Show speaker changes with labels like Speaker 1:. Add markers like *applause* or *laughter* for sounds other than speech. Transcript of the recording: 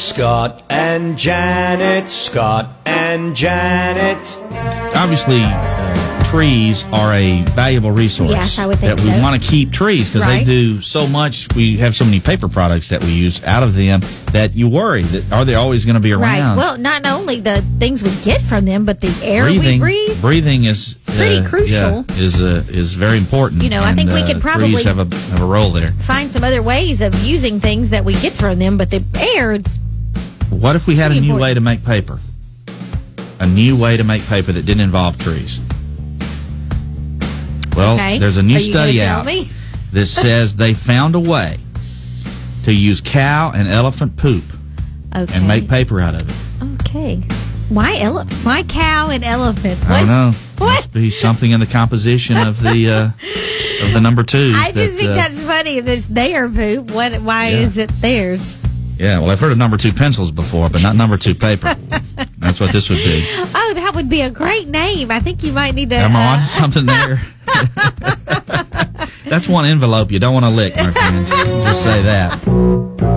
Speaker 1: Scott and Janet, Scott and Janet.
Speaker 2: Obviously, uh, trees are a valuable resource.
Speaker 3: Yes, I would think
Speaker 2: that we
Speaker 3: so.
Speaker 2: want to keep trees because they
Speaker 3: Right.
Speaker 2: do so much. We have so many paper products that we use out of them that you worry that are they always going to be around?
Speaker 3: Right. Well, not only the things we get from them, but the air we
Speaker 2: breathing,
Speaker 3: breathe.
Speaker 2: breathing is
Speaker 3: pretty crucial.
Speaker 2: yeah, is uh, is very important. uh,
Speaker 3: You know, I think we could probably-
Speaker 2: trees have a have a role there.
Speaker 3: Find some other ways of using things that we get from them, but the air, it's
Speaker 2: What if we had a
Speaker 3: Pretty
Speaker 2: new
Speaker 3: important.
Speaker 2: way to make paper? A new way to make paper that didn't involve trees. Well,
Speaker 3: Okay.
Speaker 2: there's a new
Speaker 3: Are you gonna
Speaker 2: study
Speaker 3: tell
Speaker 2: out
Speaker 3: me?
Speaker 2: that says they found a way to use cow and elephant poop
Speaker 3: okay.
Speaker 2: and make paper out of it.
Speaker 3: Okay. Why ele- Why cow and elephant?
Speaker 2: I don't know.
Speaker 3: What?
Speaker 2: Must be something in the composition of the uh, of the number two. uh,
Speaker 3: I just think that's funny. If it's their poop, what? Why
Speaker 2: Yeah.
Speaker 3: is it theirs?
Speaker 2: yeah. Well, I've heard of number two pencils before, but not number two paper. that's what this would be.
Speaker 3: Oh, that would be a great name. I think you might need to.
Speaker 2: Am I
Speaker 3: uh,
Speaker 2: on something there? *laughs* That's one envelope you don't want to lick, my friends. Just say that.